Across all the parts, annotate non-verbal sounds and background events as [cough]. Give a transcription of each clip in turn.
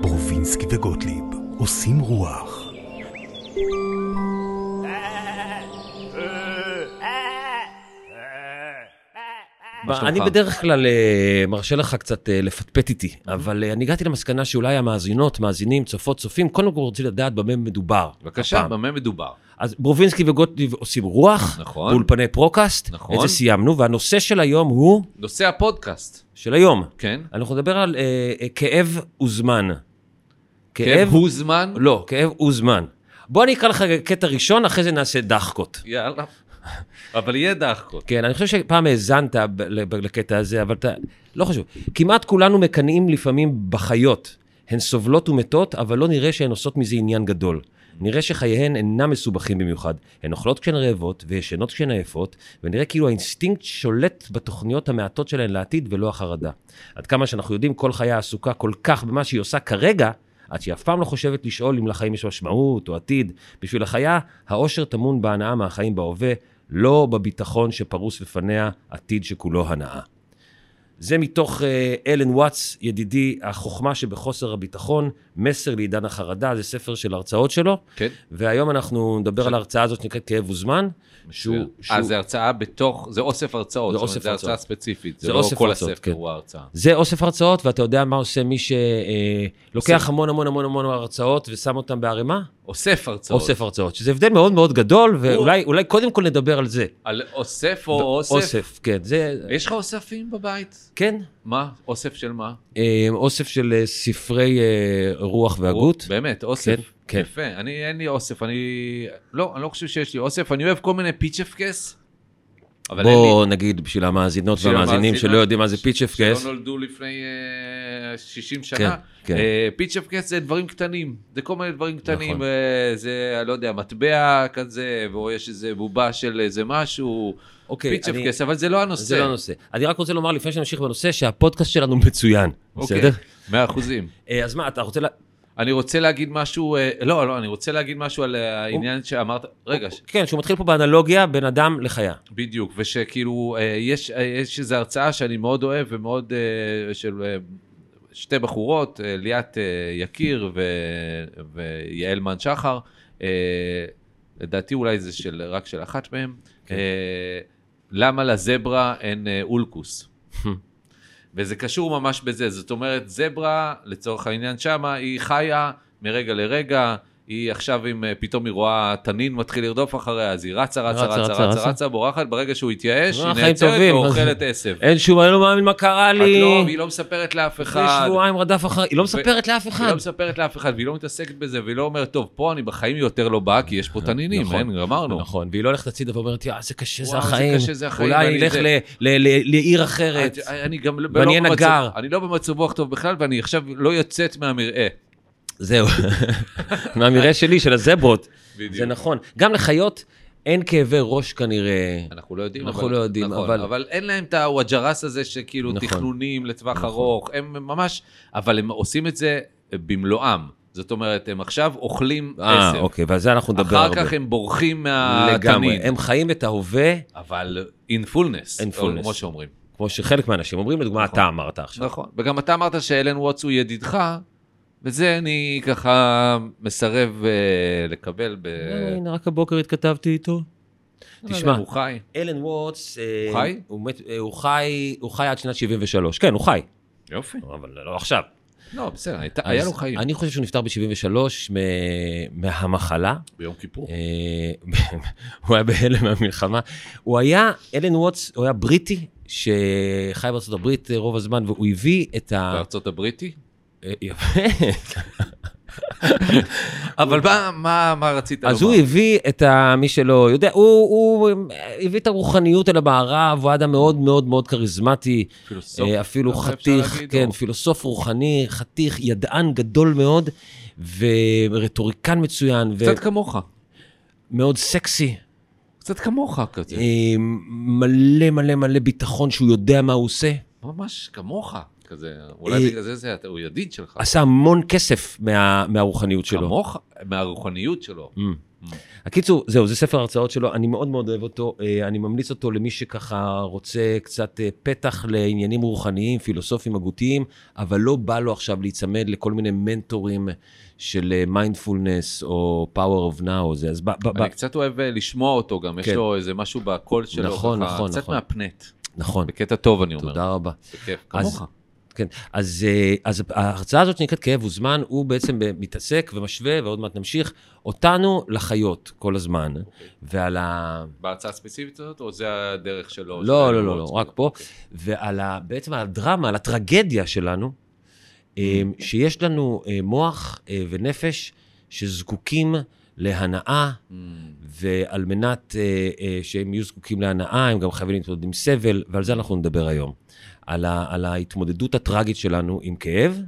ברובינסקי וגוטליב עושים רוח. מה שלומך? אני בדרך כלל אה, מרשה לך קצת אה, לפטפט איתי, אבל אה, אני הגעתי למסקנה שאולי המאזינות, מאזינים, צופות, צופים, קודם כל רוצים לדעת במה מדובר. בבקשה, הפעם. במה מדובר? אז ברובינסקי וגוטליב עושים רוח, נכון. באולפני פרוקאסט, נכון. את זה סיימנו, והנושא של היום הוא, נושא הפודקאסט, של היום, כן? אנחנו נדבר על אה, אה, כאב וזמן. כאב הוא זמן? לא, כאב וזמן. בוא אני אקרא לך קטע ראשון, אחרי זה נעשה דחקות. יאללה. אבל יהיה דחקות. כן, אני חושב שפעם האזנת ב- ב- לקטע הזה, אבל אתה... לא חשוב. כמעט כולנו מקנאים לפעמים בחיות. הן סובלות ומתות, אבל לא נראה שהן עושות מזה עניין גדול. נראה שחייהן אינם מסובכים במיוחד. הן אוכלות כשהן רעבות וישנות כשהן עייפות, ונראה כאילו האינסטינקט שולט בתוכניות המעטות שלהן לעתיד ולא החרדה. עד כמה שאנחנו יודעים, כל חיה עסוקה כל כך במה שהיא עושה כרגע, עד שהיא אף פעם לא חושבת לשאול אם לחיים יש משמעות או עתיד. בשביל החיה, האושר טמון בהנאה מהחיים בהווה, לא בביטחון שפרוס בפניה עתיד שכולו הנאה. זה מתוך אה, אלן וואטס, ידידי, החוכמה שבחוסר הביטחון, מסר לעידן החרדה, זה ספר של הרצאות שלו, כן. והיום אנחנו נדבר על ההרצאה הזאת שנקראת כאב וזמן, שהוא... שהוא- אה, זה הרצאה בתוך, זה אוסף הרצאות. זה זאת אומרת, אוסף זה הרצאה הרצאות. ספציפית, זה זה לא אוסף כל הרצאות, הספר כן. הוא ההרצאה. זה אוסף הרצאות, ואתה יודע מה עושה מי שלוקח המון המון המון המון הרצאות ושם אותן בערימה? אוסף הרצאות. אוסף הרצאות, שזה הבדל מאוד מאוד גדול, ואולי אולי קודם כל נדבר על זה. על אוסף או אוסף? לא, אוסף, כן. זה, יש לך אוספים בבית? כן, מה? אוסף של מה? אה, אוסף של אה, ספרי אה, רוח והגות. באמת, אוסף. כן, כן. יפה, אני, אין לי אוסף, אני... לא, אני לא חושב שיש לי אוסף, אני אוהב כל מיני פיצ'פקס, אבל אין לי... בוא נגיד בשביל המאזינות של והמאזינים המאזינה, שלא יודעים מה זה ש- פיצ' אפקס. שלא נולדו לפני אה, 60 שנה. כן, כן, כן. כן. פיצ'פקס זה דברים קטנים, זה כל מיני דברים קטנים, נכון. אה, זה, אני לא יודע, מטבע כזה, או יש איזה בובה של איזה משהו, אוקיי, אני- פיצ'פקס, אבל זה לא הנושא. זה לא הנושא. אני רק רוצה לומר לפני שנמשיך בנושא שהפודקאסט שלנו מצוין, אוקיי, בסדר? 100 אחוזים. אה, אז מה, אתה רוצה... לה- אני רוצה להגיד משהו, אה, לא, לא, אני רוצה להגיד משהו על העניין שאמרת, רגע, ש- כן, שהוא מתחיל פה באנלוגיה בין אדם לחיה. בדיוק, ושכאילו, אה, יש, אה, יש איזו הרצאה שאני מאוד אוהב ומאוד, אה, של אה, שתי בחורות, אה, ליאת אה, יקיר ו, ויעל מן שחר, אה, לדעתי אולי זה של, רק של אחת מהן, כן. אה, למה לזברה אין אה, אולקוס? וזה קשור ממש בזה, זאת אומרת, זברה, לצורך העניין שמה, היא חיה מרגע לרגע, היא עכשיו עם, אה, פתאום היא רואה תנין מתחיל לרדוף אחריה, אז היא רצה, רצה, רצה, רצה, רצה, רצה, רצה. רצה, בורחת, ברגע שהוא התייאש, אה, היא חיים נעצרת טובים, ואוכלת עשב. אין שום, אני לא מאמין מה קרה את לי. לא, והיא לא מספרת לאף אחרי אחד. שבועיים רדף אחריי, היא לא מספרת לאף היא אחד. לא מספרת לאף אחד, והיא לא מתעסקת בזה, והיא לא אומרת, טוב, פה אני בחיים יותר לא באה, כי יש פה תנינים, נכון. אין, גמרנו. נכון, והיא לא הולכת הצידה ואומרת, יא, זה קשה, זה וואו, זה החיים. קשה, זה החיים, אולי אני אני אלך זה." ל- ל- ל- לעיר אחרת. את- אני גם לא- ואני לא במצב- הנגר. אני לא במצב רוח טוב בכלל, ואני עכשיו לא יוצאת מהמרעה. זהו. [laughs] מהמרעה שלי, של הזברות. בדיוק. זה נכון. גם לחיות אין כאבי ראש כנראה. אנחנו לא יודעים, אנחנו אבל- לא יודעים, נכון, אבל- אבל אין להם את הווג'רס הזה שכאילו נכון. תכנונים לטווח נכון. ארוך, הם ממש, אבל הם עושים את זה במלואם. זאת אומרת, הם עכשיו אוכלים אה, עשב. אוקיי, ועל זה אנחנו נדבר אחר הרבה. כך הם בורחים לגמרי. מהתנין. הם חיים את ההווה, אבל in fullness, In in fullness. fullness. כמו שאומרים. כמו שחלק מהאנשים אומרים, לדוגמה, נכון. אתה אמרת עכשיו. נכון. וגם אתה אמרת שאלן וואטס הוא ידידך, וזה אני ככה מסרב אה, לקבל ב... אה, הנה, רק הבוקר התכתבתי איתו. לא, תשמע, הוא חי. אלן וורטס... אה, הוא חי? הוא מת- אה, הוא חי? הוא חי עד שנת 73. כן, הוא חי. יופי. אבל לא עכשיו. לא, בסדר, הייתה- היה אז לו חיים. אני חושב שהוא נפטר ב-73 מהמחלה. ביום כיפור. אה, [laughs] הוא היה בהלם מהמלחמה. הוא היה, אלן ווטס, הוא היה בריטי, שחי בארצות הברית אה, רוב הזמן, והוא הביא את ה... בארצות הבריטי? [laughs] אה, יפה. אבל מה- מה מה רצית לומר? אז הוא הביא את ה... מי שלא יודע, הוא- הוא אה, הביא את הרוחניות אל המערב, הוא היה אדם מאוד מאוד מאוד כריזמטי, פילוסוף, אה, אפילו ככה אפשר חתיך, להגיד, כן, או- פילוסוף רוחני, חתיך, ידען גדול מאוד, ורטוריקן מצוין, קצת כמוך. ומאוד סקסי. קצת כמוך כזה. אה, מלא מלא מלא ביטחון שהוא יודע מה הוא עושה. ממש כמוך כזה. אולי אה, בגלל זה זה, אתה- הוא ידיד שלך. עשה המון כסף מה, מהרוחניות שלו. כמוך? מהרוחניות שלו. Mm. הקיצור, זהו, זה ספר הרצאות שלו, אני מאוד מאוד אוהב אותו, אה, אני ממליץ אותו למי שככה רוצה קצת אה, פתח לעניינים רוחניים, פילוסופיים, הגותיים, אבל לא בא לו עכשיו להיצמד לכל מיני מנטורים של מיינדפולנס או power of now, זה, אז ב, ב, ב, אני קצת אוהב אה, לשמוע אותו גם, יש כן. לו איזה משהו בקול שלו, נכון, ככה, נכון, קצת נכון. מהפנט, נכון, בקטע טוב אני אומר, תודה רבה. בכיף, אז- כמוך. כן, אז, אה, אז ההרצאה הזאת שנקראת כאב וזמן, הוא בעצם ב- מתעסק ומשווה, ועוד מעט נמשיך, אותנו לחיות כל הזמן, ועל ה... בהצעה הספציפית הזאת, או זה הדרך שלו? לא, זה לא, לא, מאוד לא, ספציפי? רק פה, ועל ה- בעצם על הדרמה, על הטרגדיה שלנו, אה, שיש לנו אה, מוח אה, ונפש שזקוקים להנאה, Mm. ועל מנת אה, אה, שהם יהיו זקוקים להנאה, הם גם חייבים להתמודד עם סבל, ועל זה אנחנו נדבר היום. על, ה, על ההתמודדות הטראגית שלנו עם כאב.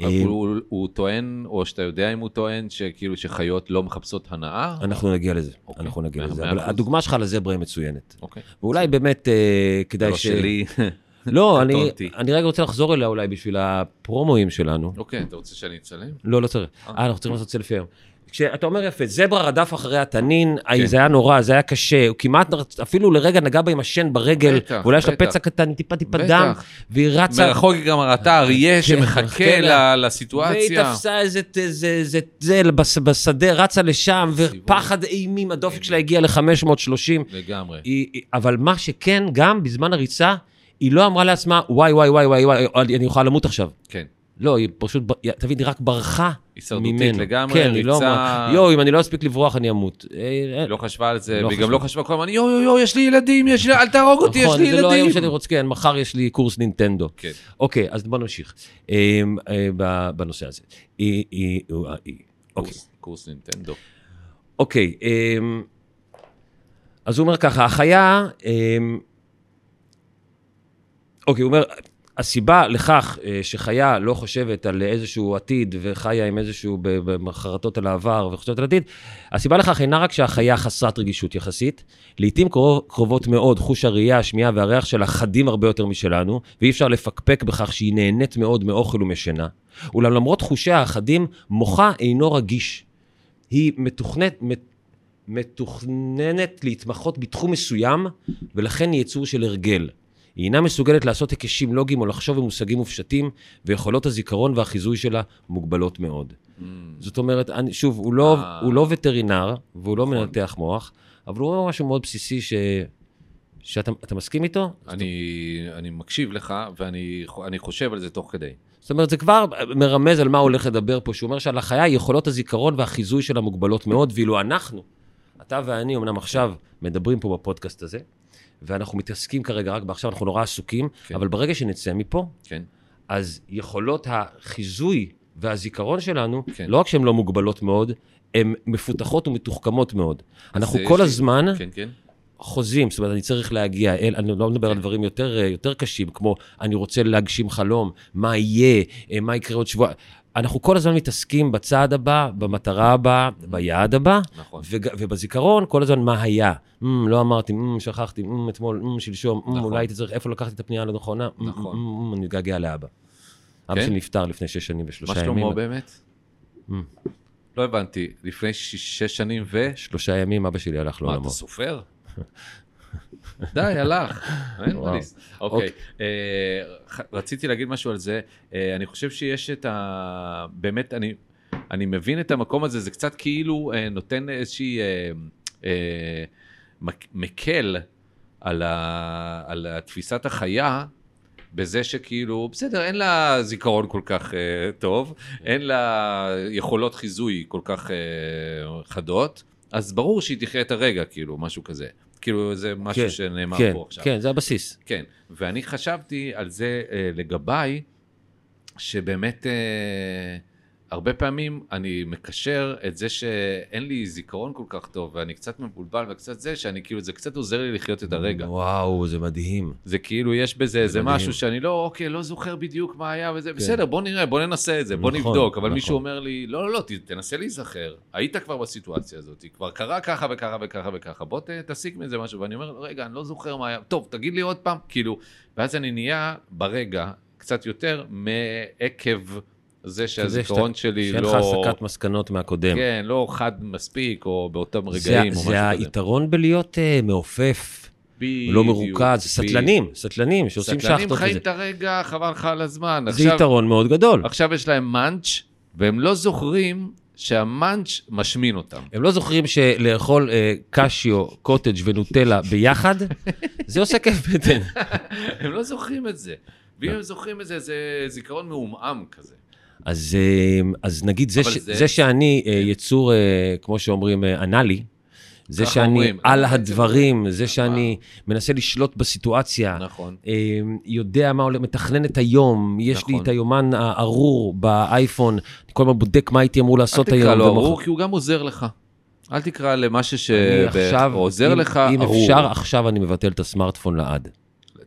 אבל אה, הוא- הוא- הוא טוען, או שאתה יודע אם הוא טוען, שכאילו שחיות לא מחפשות הנאה? אנחנו נגיע לזה, אוקיי, אנחנו נגיע מאה- לזה. מאה אבל אחוז. הדוגמה שלך לזברה היא מצוינת. אוקיי. ואולי באמת אה, כדאי לא ש... שלי. [laughs] לא, אני, קטונתי. אני רגע רוצה לחזור אליה אולי בשביל הפרומואים שלנו. [laughs] אוקיי, אתה רוצה שאני אצלם? לא, לא צריך. אה. אה, אנחנו צריכים לעשות סלפי היום. כשאתה אומר יפה, זברה רדף אחרי התנין, כן. זה היה נורא, זה היה קשה, הוא כמעט נר- אפילו לרגע נגע בה עם השן ברגל, בטח, ואולי יש לה בטח. פצע קטן, טיפה טיפה בטח. דם, והיא רצה, מרחוק היא גם ראתה אריה מחכה שמחכה לה. ל- והיא לסיטואציה. תפסה איזה איזה- איזה צל בש- בשדה, רצה לשם, סיבוב. ופחד אימים, הדופק שלה הגיע ל-530. לגמרי. היא, היא- אבל מה שכן, גם בזמן הריצה, היא לא אמרה לעצמה, וואי, וואי, וואי, וואי, וואי, אני יכולה למות עכשיו. כן. לא, היא פשוט, ב- היא- תבין, היא רק ברחה הישרדותית ממנו. לגמרי, כן, היא לא ריצה- אמרה, יואו, אם אני לא אספיק לברוח, אני אמות. אה, אה, היא לא חשבה על זה, לא והיא חשבה. גם לא חשבה כל הזמן, יואו יואו יואו, יש לי ילדים, יש לי, אל תהרוג אותי, יש לי זה לא היום שאני ילדים. רוצה, כן, מחר יש לי קורס נינטנדו. כן. אוקיי, אז בוא נמשיך אה, אה, ב- בנושא הזה. אה, אה, אה, אה, אוקיי. קורס- קורס נינטנדו. אוקיי, אמ, אז הוא אומר ככה, החיה, אמ, אוקיי, הוא אומר, הסיבה לכך אה, שחיה לא חושבת על איזשהו עתיד וחיה עם איזשהו ב- ב- בחרטות על העבר וחושבת על עתיד, הסיבה לכך אינה רק שהחיה חסרת רגישות יחסית, לעתים קרוב- קרובות מאוד חוש הראייה, השמיעה והריח שלה חדים הרבה יותר משלנו, ואי אפשר לפקפק בכך שהיא נהנית מאוד מאוכל ומשינה. אולם למרות חושיה החדים, מוחה אינו רגיש. היא מתוכנת, מת- מתוכננת להתמחות בתחום מסוים, ולכן היא יצור של הרגל. היא אינה מסוגלת לעשות היקשים לוגיים או לחשוב במושגים מופשטים, ויכולות הזיכרון והחיזוי שלה מוגבלות מאוד. Mm. זאת אומרת, אני, שוב, הוא לא, אה. הוא לא וטרינר, והוא לא נכון. מנתח מוח, אבל הוא אומר משהו מאוד בסיסי ש... שאתה אתה מסכים איתו? אני אני מקשיב לך, ואני אני חושב על זה תוך כדי. זאת אומרת, זה כבר מרמז על מה הוא הולך לדבר פה, שהוא אומר שעל החיה יכולות הזיכרון והחיזוי שלה מוגבלות מאוד, ואילו אנחנו, אתה ואני אמנם עכשיו מדברים פה בפודקאסט הזה, ואנחנו מתעסקים כרגע רק בעכשיו, אנחנו נורא עסוקים, כן. אבל ברגע שנצא מפה, כן. אז יכולות החיזוי והזיכרון שלנו, כן. לא רק שהן לא מוגבלות מאוד, הן מפותחות ומתוחכמות מאוד. אנחנו יש כל לי- הזמן כן, כן. חוזים, זאת אומרת, אני צריך להגיע אל, אני לא מדבר על דברים יותר, אה, יותר קשים, כמו אני רוצה להגשים חלום, מה יהיה, אה, מה יקרה עוד שבוע. אנחנו כל הזמן מתעסקים בצעד הבא, במטרה הבאה, ביעד הבא, נכון. וג- ובזיכרון כל הזמן מה היה. Mm, לא אמרתי, mm, שכחתי, mm, אתמול, mm, שלשום, mm, נכון. אולי הייתי צריך, איפה לקחתי את הפנייה הלא נכונה, mm, נכון. mm, mm, אני מתגעגע לאבא. אבא כן? שלי נפטר לפני שש שנים מה ושלושה ימים. שלמה באמת? Mm. לא הבנתי, לפני שיש- שש שנים ו... שלושה ימים אבא שלי הלך מה, אתה לעולמו. סופר? די, הלך. אין מה וואו. לס- אוקיי, אה, ח- רציתי להגיד משהו על זה. אה, אני חושב שיש את ה... באמת, אני- אני מבין את המקום הזה, זה קצת כאילו אה, נותן איזושהי... אה, אה, מק- מקל על ה- על תפיסת החיה. בזה שכאילו, בסדר, אין לה זיכרון כל כך אה, טוב, אין לה יכולות חיזוי כל כך אה, חדות, אז ברור שהיא תחיה את הרגע, כאילו, משהו כזה. כאילו, זה משהו כן, שנאמר כן, פה עכשיו. כן, זה הבסיס. כן, ואני חשבתי על זה אה, לגביי, שבאמת אה, הרבה פעמים אני מקשר את זה שאין לי זיכרון כל כך טוב, ואני קצת מבולבל וקצת זה, שאני כאילו, זה קצת עוזר לי לחיות את הרגע. וואו, זה מדהים. זה כאילו, יש בזה איזה מדהים. כן. משהו שאני לא, אוקיי, לא זוכר בדיוק מה היה וזה, בסדר, בוא נראה, בוא ננסה את זה, בוא נכון, נבדוק, אבל נכון. מישהו אומר לי, לא, לא, לא, ת- תנסה להיזכר, היית כבר בסיטואציה הזאת, כבר קרה ככה וככה וככה וככה, בוא ת- תסיק מזה משהו, ואני אומר, רגע, אני לא זוכר מה היה, טוב, תגיד לי עוד פעם, כאילו, ואז אני נהיה ברגע קצת יותר מעקב זה כזה שהזיכרון שאתה- שלי שאין לא... לך הסקת מסקנות מהקודם. כן, לא חד מספיק, או באותם זה- רגעים, או משהו זה כזה. היתרון בלהיות אה, מעופף, לא מרוכז, סטלנים, סטלנים שעושים סטלנים שחטות חיים וזה. את הרגע, חבל לך על הזמן. זה עכשיו- יתרון מאוד גדול. עכשיו יש להם מאנץ', והם לא זוכרים שהמאנץ' משמין אותם. [laughs] הם לא זוכרים שלאכול אה, קשיו, קוטג' ונוטלה [laughs] ביחד, זה עושה כיף בטן. הם לא זוכרים את זה. ואם הם זוכרים את זה, זה זיכרון מעומעם כזה. אז, אה, אז נגיד, זה, אבל ש, זה- כן. זה שאני אה, יצור, אה, כמו שאומרים, אה, אנאלי, זה ככה שאני אומרים. על בעצם- הדברים, זה שאני אה. מנסה לשלוט בסיטואציה, נכון. אה, יודע מה עולה, מתכנן את היום, יש לי נכון. את היומן הארור באייפון, אני כל הזמן בודק מה הייתי אמור אל לעשות היום. תקרא לו ומחר- ארור, כי הוא גם עוזר לך. אל תקרא למשהו אני עכשיו, שעוזר אם- לך אם ארור. אפשר, עכשיו אני מבטל את הסמארטפון לעד.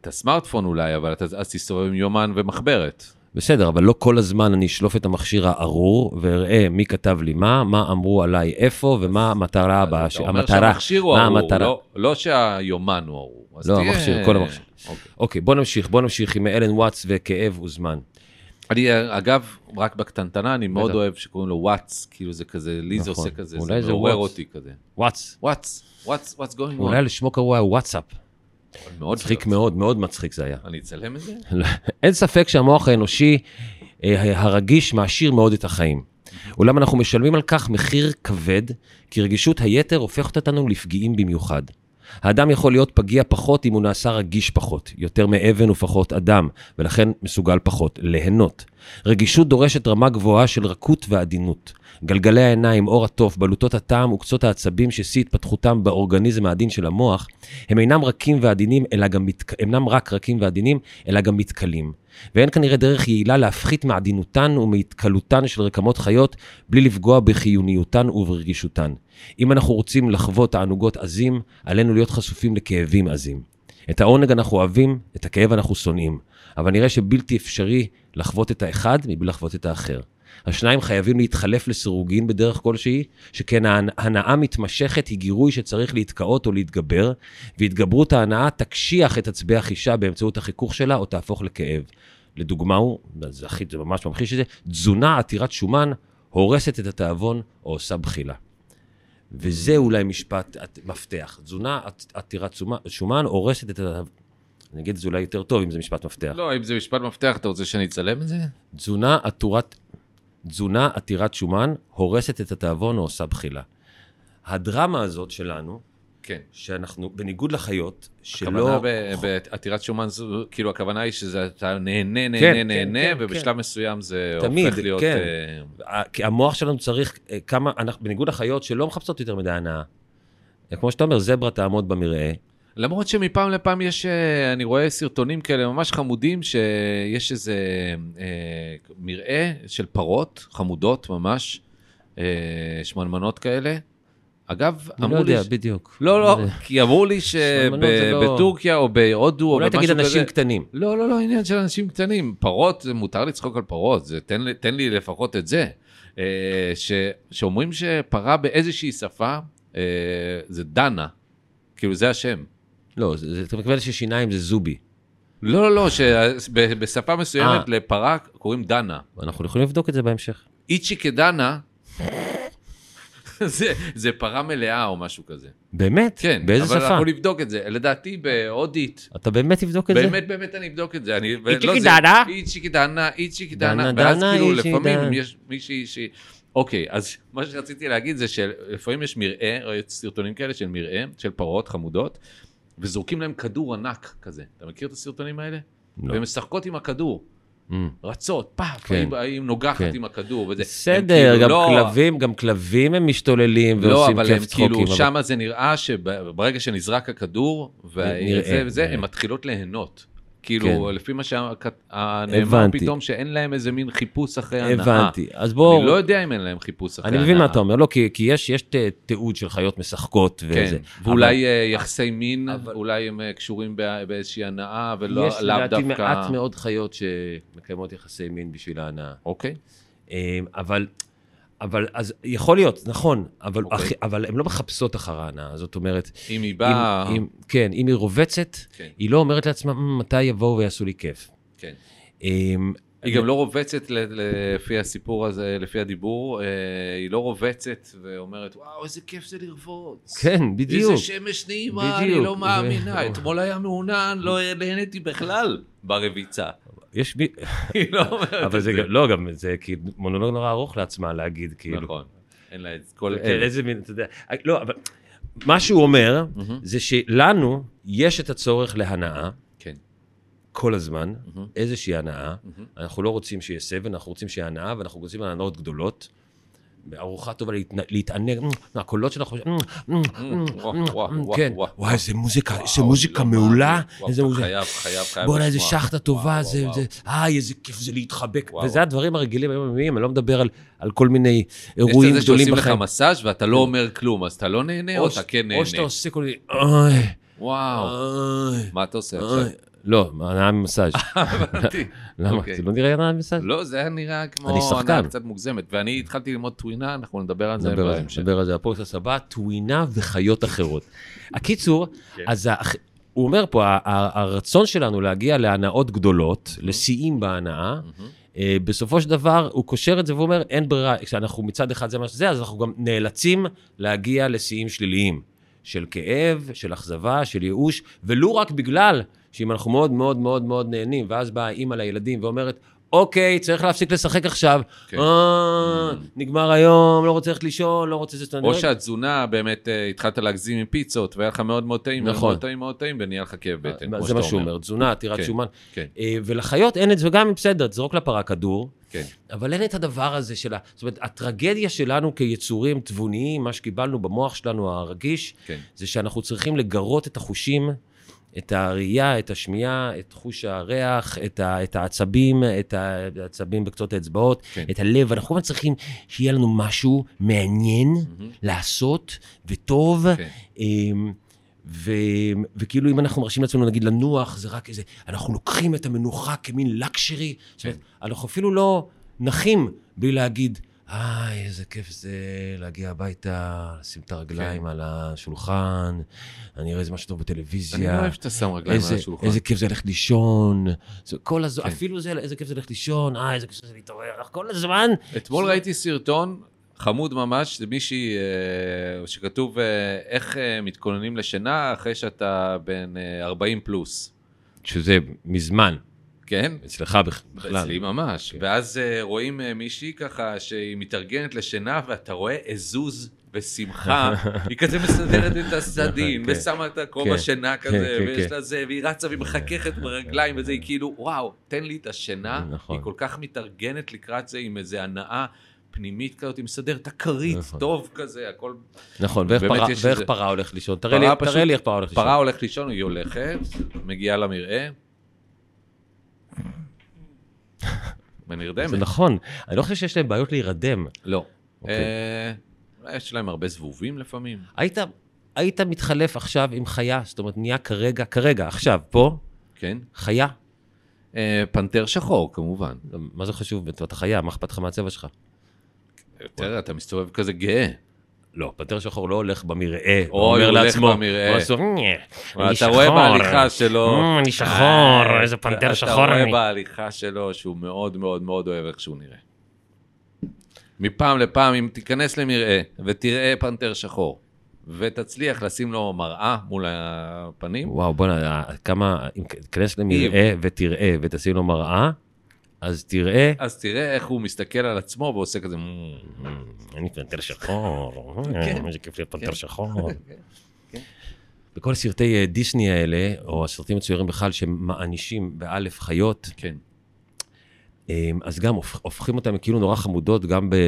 את הסמארטפון אולי, אבל אתה- אז תסתובב עם יומן ומחברת. בסדר, אבל לא כל הזמן אני אשלוף את המכשיר הארור ואראה מי כתב לי מה, מה אמרו עליי איפה ומה המטרה הבאה, ש... אתה אומר המטרה. שהמכשיר הוא מה ארור, המטרה? לא- לא שהיומן הוא ארור. אז לא, תהיה- המכשיר, כל המכשיר. אוקיי. אוקיי, בוא נמשיך, בוא נמשיך עם אלן וואטס וכאב וזמן. אני, אגב, רק בקטנטנה, אני מאוד בטח. אוהב שקוראים לו וואטס, כאילו זה כזה, לי זה נכון. עושה כזה, אולי זה זה מעורר וואטס. אותי כזה. וואטס. וואטס, וואטס, וואטס גוינג אולי לשמו קראו היה וואטסאפ. מאוד מצחיק טוב. מאוד, מאוד מצחיק זה היה. אני אצלם את זה? אין ספק שהמוח האנושי אה, הרגיש מעשיר מאוד את החיים. אולם אנחנו משלמים על כך מחיר כבד, כי רגישות היתר הופכת אותנו לפגיעים במיוחד. האדם יכול להיות פגיע פחות אם הוא נעשה רגיש פחות, יותר מאבן ופחות אדם, ולכן מסוגל פחות ליהנות. רגישות דורשת רמה גבוהה של רכות ועדינות. גלגלי העיניים, עור התוף, בלוטות הטעם וקצות העצבים ששיא התפתחותם באורגניזם העדין של המוח, הם אינם רכים ועדינים, אלא גם מת... אינם רק רכים ועדינים, אלא גם מתכלים. ואין כנראה דרך יעילה להפחית מעדינותן ומהתכלותן של רקמות חיות בלי לפגוע בחיוניותן וברגישותן. אם אנחנו רוצים לחוות תענוגות עזים, עלינו להיות חשופים לכאבים עזים. את העונג אנחנו אוהבים, את הכאב אנחנו שונאים, אבל נראה שבלתי אפשרי לחוות את האחד מבלי לחוות את האחר. השניים חייבים להתחלף לסירוגין בדרך כלשהי, שכן ההנ- הנאה מתמשכת היא גירוי שצריך להתקאות או להתגבר, והתגברות ההנאה תקשיח את עצבי החישה באמצעות החיכוך שלה או תהפוך לכאב. לדוגמה הוא, זה, הכי, זה ממש ממחיש את זה, תזונה עתירת שומן הורסת את התיאבון או עושה בחילה. וזה אולי משפט את- מפתח. תזונה עת- עתירת שומן- שומן הורסת את התיאבון. אני אגיד את זה אולי יותר טוב אם זה משפט מפתח. לא, אם זה משפט מפתח, אתה רוצה שאני אצלם את זה? תזונה עתורת... תזונה עתירת שומן הורסת את התיאבון או עושה בחילה. הדרמה הזאת שלנו, כן. שאנחנו, בניגוד לחיות, הכוונה שלא... ב- בעתירת שומן, זו- כאילו הכוונה היא שאתה נהנה, נהנה, כן, נהנה, כן, ובשלב כן. מסוים זה תמיד, הופך להיות... כן. אה, ה- כי המוח שלנו צריך אה, כמה, אנחנו, בניגוד לחיות שלא מחפשות יותר מדי הנאה. אה, כמו שאתה אומר, זברה תעמוד במרעה. למרות שמפעם לפעם יש, אה, אני רואה סרטונים כאלה ממש חמודים, שיש איזה אה, מרעה של פרות חמודות ממש, אה, שמנמנות כאלה. אגב, אני לא אמרו לי... יודע, ש- בדיוק. לא, לא, זה- כי אמרו לי שמנמנות זה לא- שבטורקיה או בהודו או אולי במשהו תגיד כזה... אנשים קטנים. לא, לא, לא, עניין של אנשים קטנים. פרות, זה מותר לצחוק על פרות, זה, תן, לי- תן לי לפחות את זה. אה, ש, שאומרים שפרה באיזושהי שפה, אה, זה דנה, כאילו זה השם. לא, זה- זה- אתה מתכוון ששיניים זה זובי. לא, לא, לא, שבשפה מסוימת אה. לפרה קוראים דנה. אנחנו יכולים לבדוק את זה בהמשך. איצ'י כדנה, זה, זה פרה מלאה או משהו כזה. באמת? כן, באיזה אבל שפה? אנחנו נבדוק את זה. לדעתי בהודית. אתה באמת תבדוק את זה? באמת, באמת אני אבדוק את זה. אני- איצ'י לא, זה- קידנה. איצ'י כדנה, איצ'י כדנה. דנה, ואז דנה, כאילו איצ'י לפעמים כדנה. יש מישהי ש... אוקיי, אז מה שרציתי להגיד זה שלפעמים יש מרעה, או יש סרטונים כאלה של מרעה, של פרות חמודות, וזורקים להם כדור ענק כזה. אתה מכיר את הסרטונים האלה? לא. והן משחקות עם הכדור. Mm. רצות, פאף, כן. האם- האם נוגחת כן. עם הכדור וזה. הם בסדר, כאילו גם לא- כלבים, גם כלבים הם משתוללים לא, ועושים אבל הם כיף צחוקים. כאילו, אבל- שם זה נראה שברגע שנזרק הכדור, נראה, וזה וזה, נראה. הן מתחילות ליהנות. כאילו, כן. לפי מה שנאמר הבנתי. פתאום, שאין להם איזה מין חיפוש אחרי הנאה. הבנתי. אז בואו... אני לא יודע אם אין להם חיפוש אחרי אני הנאה. מבין מה אתה אומר, לא, כי, כי יש, יש ת- תיעוד של חיות משחקות כן, וזה. ואולי אה, יחסי מין, אבל- אולי הם אה, קשורים בא- באיזושהי הנאה, אבל ולאו יש לא- לאו לדעתי דווקא... מעט מאוד חיות שמקיימות יחסי מין בשביל ההנאה. אוקיי. אה, אבל, אבל, אז יכול להיות, נכון, אבל, אוקיי. אה. אח, אבל הן לא מחפשות אחר ההנאה, זאת אומרת, אם היא באה... אם, אם, כן, אם היא רובצת, כן, היא לא אומרת לעצמה, "מ, מתי יבואו ויעשו לי כיף. כן. אמ, היא גם לא רובצת ל- לפי הסיפור הזה, לפי הדיבור, אה, היא לא רובצת ואומרת, וואו, איזה כיף זה לרבוץ. כן, בדיוק. איזה שמש נעימה, אני בדיוק. לא מאמינה. אתמול היה מעונן, לא נהניתי בכלל [laughs] ברביצה. יש בי... היא לא אומרת אבל את זה זה. גם, לא, גם זה כאילו מונולוג נורא ארוך לעצמה להגיד, כאילו. נכון. אין לה את כל... כן, איזה מין, אתה יודע, לא, אבל מה שהוא אומר, מהמם. זה שלנו יש את הצורך להנאה כן. כל הזמן, מהמם. איזושהי הנאה, מהמם. אנחנו לא רוצים שיהיה סבל, אנחנו רוצים שיהיה הנאה, ואנחנו רוצים הנאות גדולות. ארוחה טובה להתנ- להתענג, מ, הקולות שלך, "אמ, חושבים, מ, מ, מ, "אמ, וואו, מ, וואו, מ, וואו, כן, וואו. וואי, איזה מוזיקה, איזה וואו, מוזיקה לא מעולה, מאמין. וואו, איזה אתה מוזיקה, חייב, חייב, חייב. בואנה איזה לשמוע. שחטה טובה, וואו, זה, וואו. זה, איי, איזה כיף זה להתחבק. וואו. וזה הדברים הרגילים היומיומיים, אני לא מדבר על, על כל מיני יש את אירועים זה גדולים שעושים בחיים. לך מסאז' ואתה לא אומר כלום, אז אתה לא נהנה או ש- אתה כן או שאתה אה. נהנה? עושה כל מיני, אוי, וואו, אוי, מה אתה עושה עכשיו? אוי. לא, [laughs] הנאה ממסאז'. הבנתי. למה? אוקיי. זה לא נראה הנאה ממסאז'? לא, זה היה נראה כמו... אני שחקן. הנאה קצת מוגזמת, ואני התחלתי ללמוד טווינה, אנחנו נדבר על לא, זה נדבר על בהמשך. זה, נדבר על זה בפודקאסט הבא, טווינה וחיות אחרות. הקיצור, כן. אז ה- הוא אומר פה, ה- ה- הרצון שלנו להגיע להנאות גדולות, לשיאים בהנאה, מהמם. אה, בסופו של דבר הוא קושר את זה ואומר, אין ברירה, כשאנחנו מצד אחד זה מה שזה, אז אנחנו גם נאלצים להגיע לשיאים שליליים, של כאב, של אכזבה, של ייאוש, ולו רק בגלל שאם אנחנו מאוד מאוד מאוד מאוד נהנים, ואז באה אימא לילדים ואומרת, אוקיי, צריך להפסיק לשחק עכשיו, כן. אה, Mm. נגמר היום, לא רוצה ללכת לישון, לא רוצה זה... או שהתזונה, באמת אה, התחלת להגזים עם פיצות, והיה לך מאוד מאוד טעים, מאוד נכון. אה, מאוד טעים, מאוד טעים, ונהיה לך כאב בטן, כמו זה שאתה מה שהוא אומר, תזונה, עתירת כן. שומן. כן, אה, ולחיות אין את זה, וגם בסדר, תזרוק לפרה כדור, כן. אבל אין את הדבר הזה של ה... זאת אומרת, הטרגדיה שלנו כיצורים תבוניים, מה שקיבלנו במוח שלנו הרגיש, כן. זה שאנחנו צריכים לגרות את החושים, את הראייה, את השמיעה, את חוש הריח, את, ה, את העצבים, את העצבים בקצות האצבעות, כן. את הלב. אנחנו כל הזמן צריכים שיהיה לנו משהו מעניין מהמם. לעשות, וטוב. כן. אמ, ו... וכאילו אם אנחנו מרשים לעצמנו נגיד לנוח, זה רק איזה, אנחנו לוקחים את המנוחה כמין לקשרי, זאת אומרת, אנחנו אפילו לא נחים בלי להגיד, איי, איזה כיף זה להגיע הביתה, לשים את הרגליים כן. על השולחן, אני אראה איזה משהו טוב בטלוויזיה. אני לא אוהב שאתה שם רגליים איזה- על השולחן. איזה כיף זה ללכת לישון, זה כל הזמן, כן. אפילו זה, איזה כיף זה ללכת לישון, אה, איזה כיף זה להתעורר, אנחנו כל הזמן. אתמול זה- ראיתי סרטון חמוד ממש, זה מישהי אה, שכתוב אה, איך אה, מתכוננים לשינה אחרי שאתה בן אה, 40 פלוס, שזה מזמן, כן? אצלך בכלל. אצלי ממש. כן. ואז אה, רואים אה, מישהי ככה שהיא מתארגנת לשינה ואתה רואה עזוז ושמחה, [laughs] היא כזה מסדרת את הסדין כן. ושמה את הכובע כן. שינה כן, כזה, כן, ויש כן. לה זה, והיא רצה והיא מחככת ברגליים וזה, היא כאילו, וואו, תן לי את השינה. נכון. היא כל כך מתארגנת לקראת זה עם איזה הנאה. פנימית כזאת, היא מסדרת את הכרית, נכון. טוב כזה, הכל... נכון, ואיך באמת פרה- יש ואיך איזה- פרה הולך לישון? תראה לי פרה תראה פשוט- לי איך פרה הולך לישון. פרה הולך לישון, היא הולכת, מגיעה [laughs] למרעה. זה ונרדמת. נכון, אני לא חושב שיש להם בעיות להירדם. לא. אוקיי. אה, אולי יש להם הרבה זבובים לפעמים. היית, היית מתחלף עכשיו עם חיה, זאת אומרת, נהיה כרגע, כרגע, עכשיו, פה, כן. חיה. אה, פנתר שחור, כמובן. לא, מה זה חשוב? אתה חיה, מה אכפת לך מהצבע שלך? תראה, אתה מסתובב כזה גאה. לא, פנתר שחור לא הולך במרעה, הוא אוי, אומר הוא הולך לעצמו. במרעה. הוא עשו, "נה, אני אתה רואה שחור." בהליכה שלו... "מ, אני שחור, אה, איזה פנתר אתה שחור רואה אני. בהליכה שלו שהוא מאוד מאוד מאוד אוהב איך שהוא נראה. מפעם לפעם, אם תיכנס למרעה ותראה פנתר שחור, ותצליח לשים לו מראה מול הפנים, וואו, בוא'נה, אה, כמה, אם תיכנס למרעה ותראה ותשים לו מראה, אז תראה, אז תראה איך הוא מסתכל על עצמו ועושה כזה... "מ, "מ, אה, אני פנתר שחור, כן. איזה כיף להיות פנתר כן. שחור. [laughs] כן. בכל הסרטי אה, דיסני האלה, או הסרטים מצוירים בכלל, שמענישים באלף חיות, כן. אה, אז גם הופ- הופכים אותם כאילו נורא חמודות, גם ב... אה,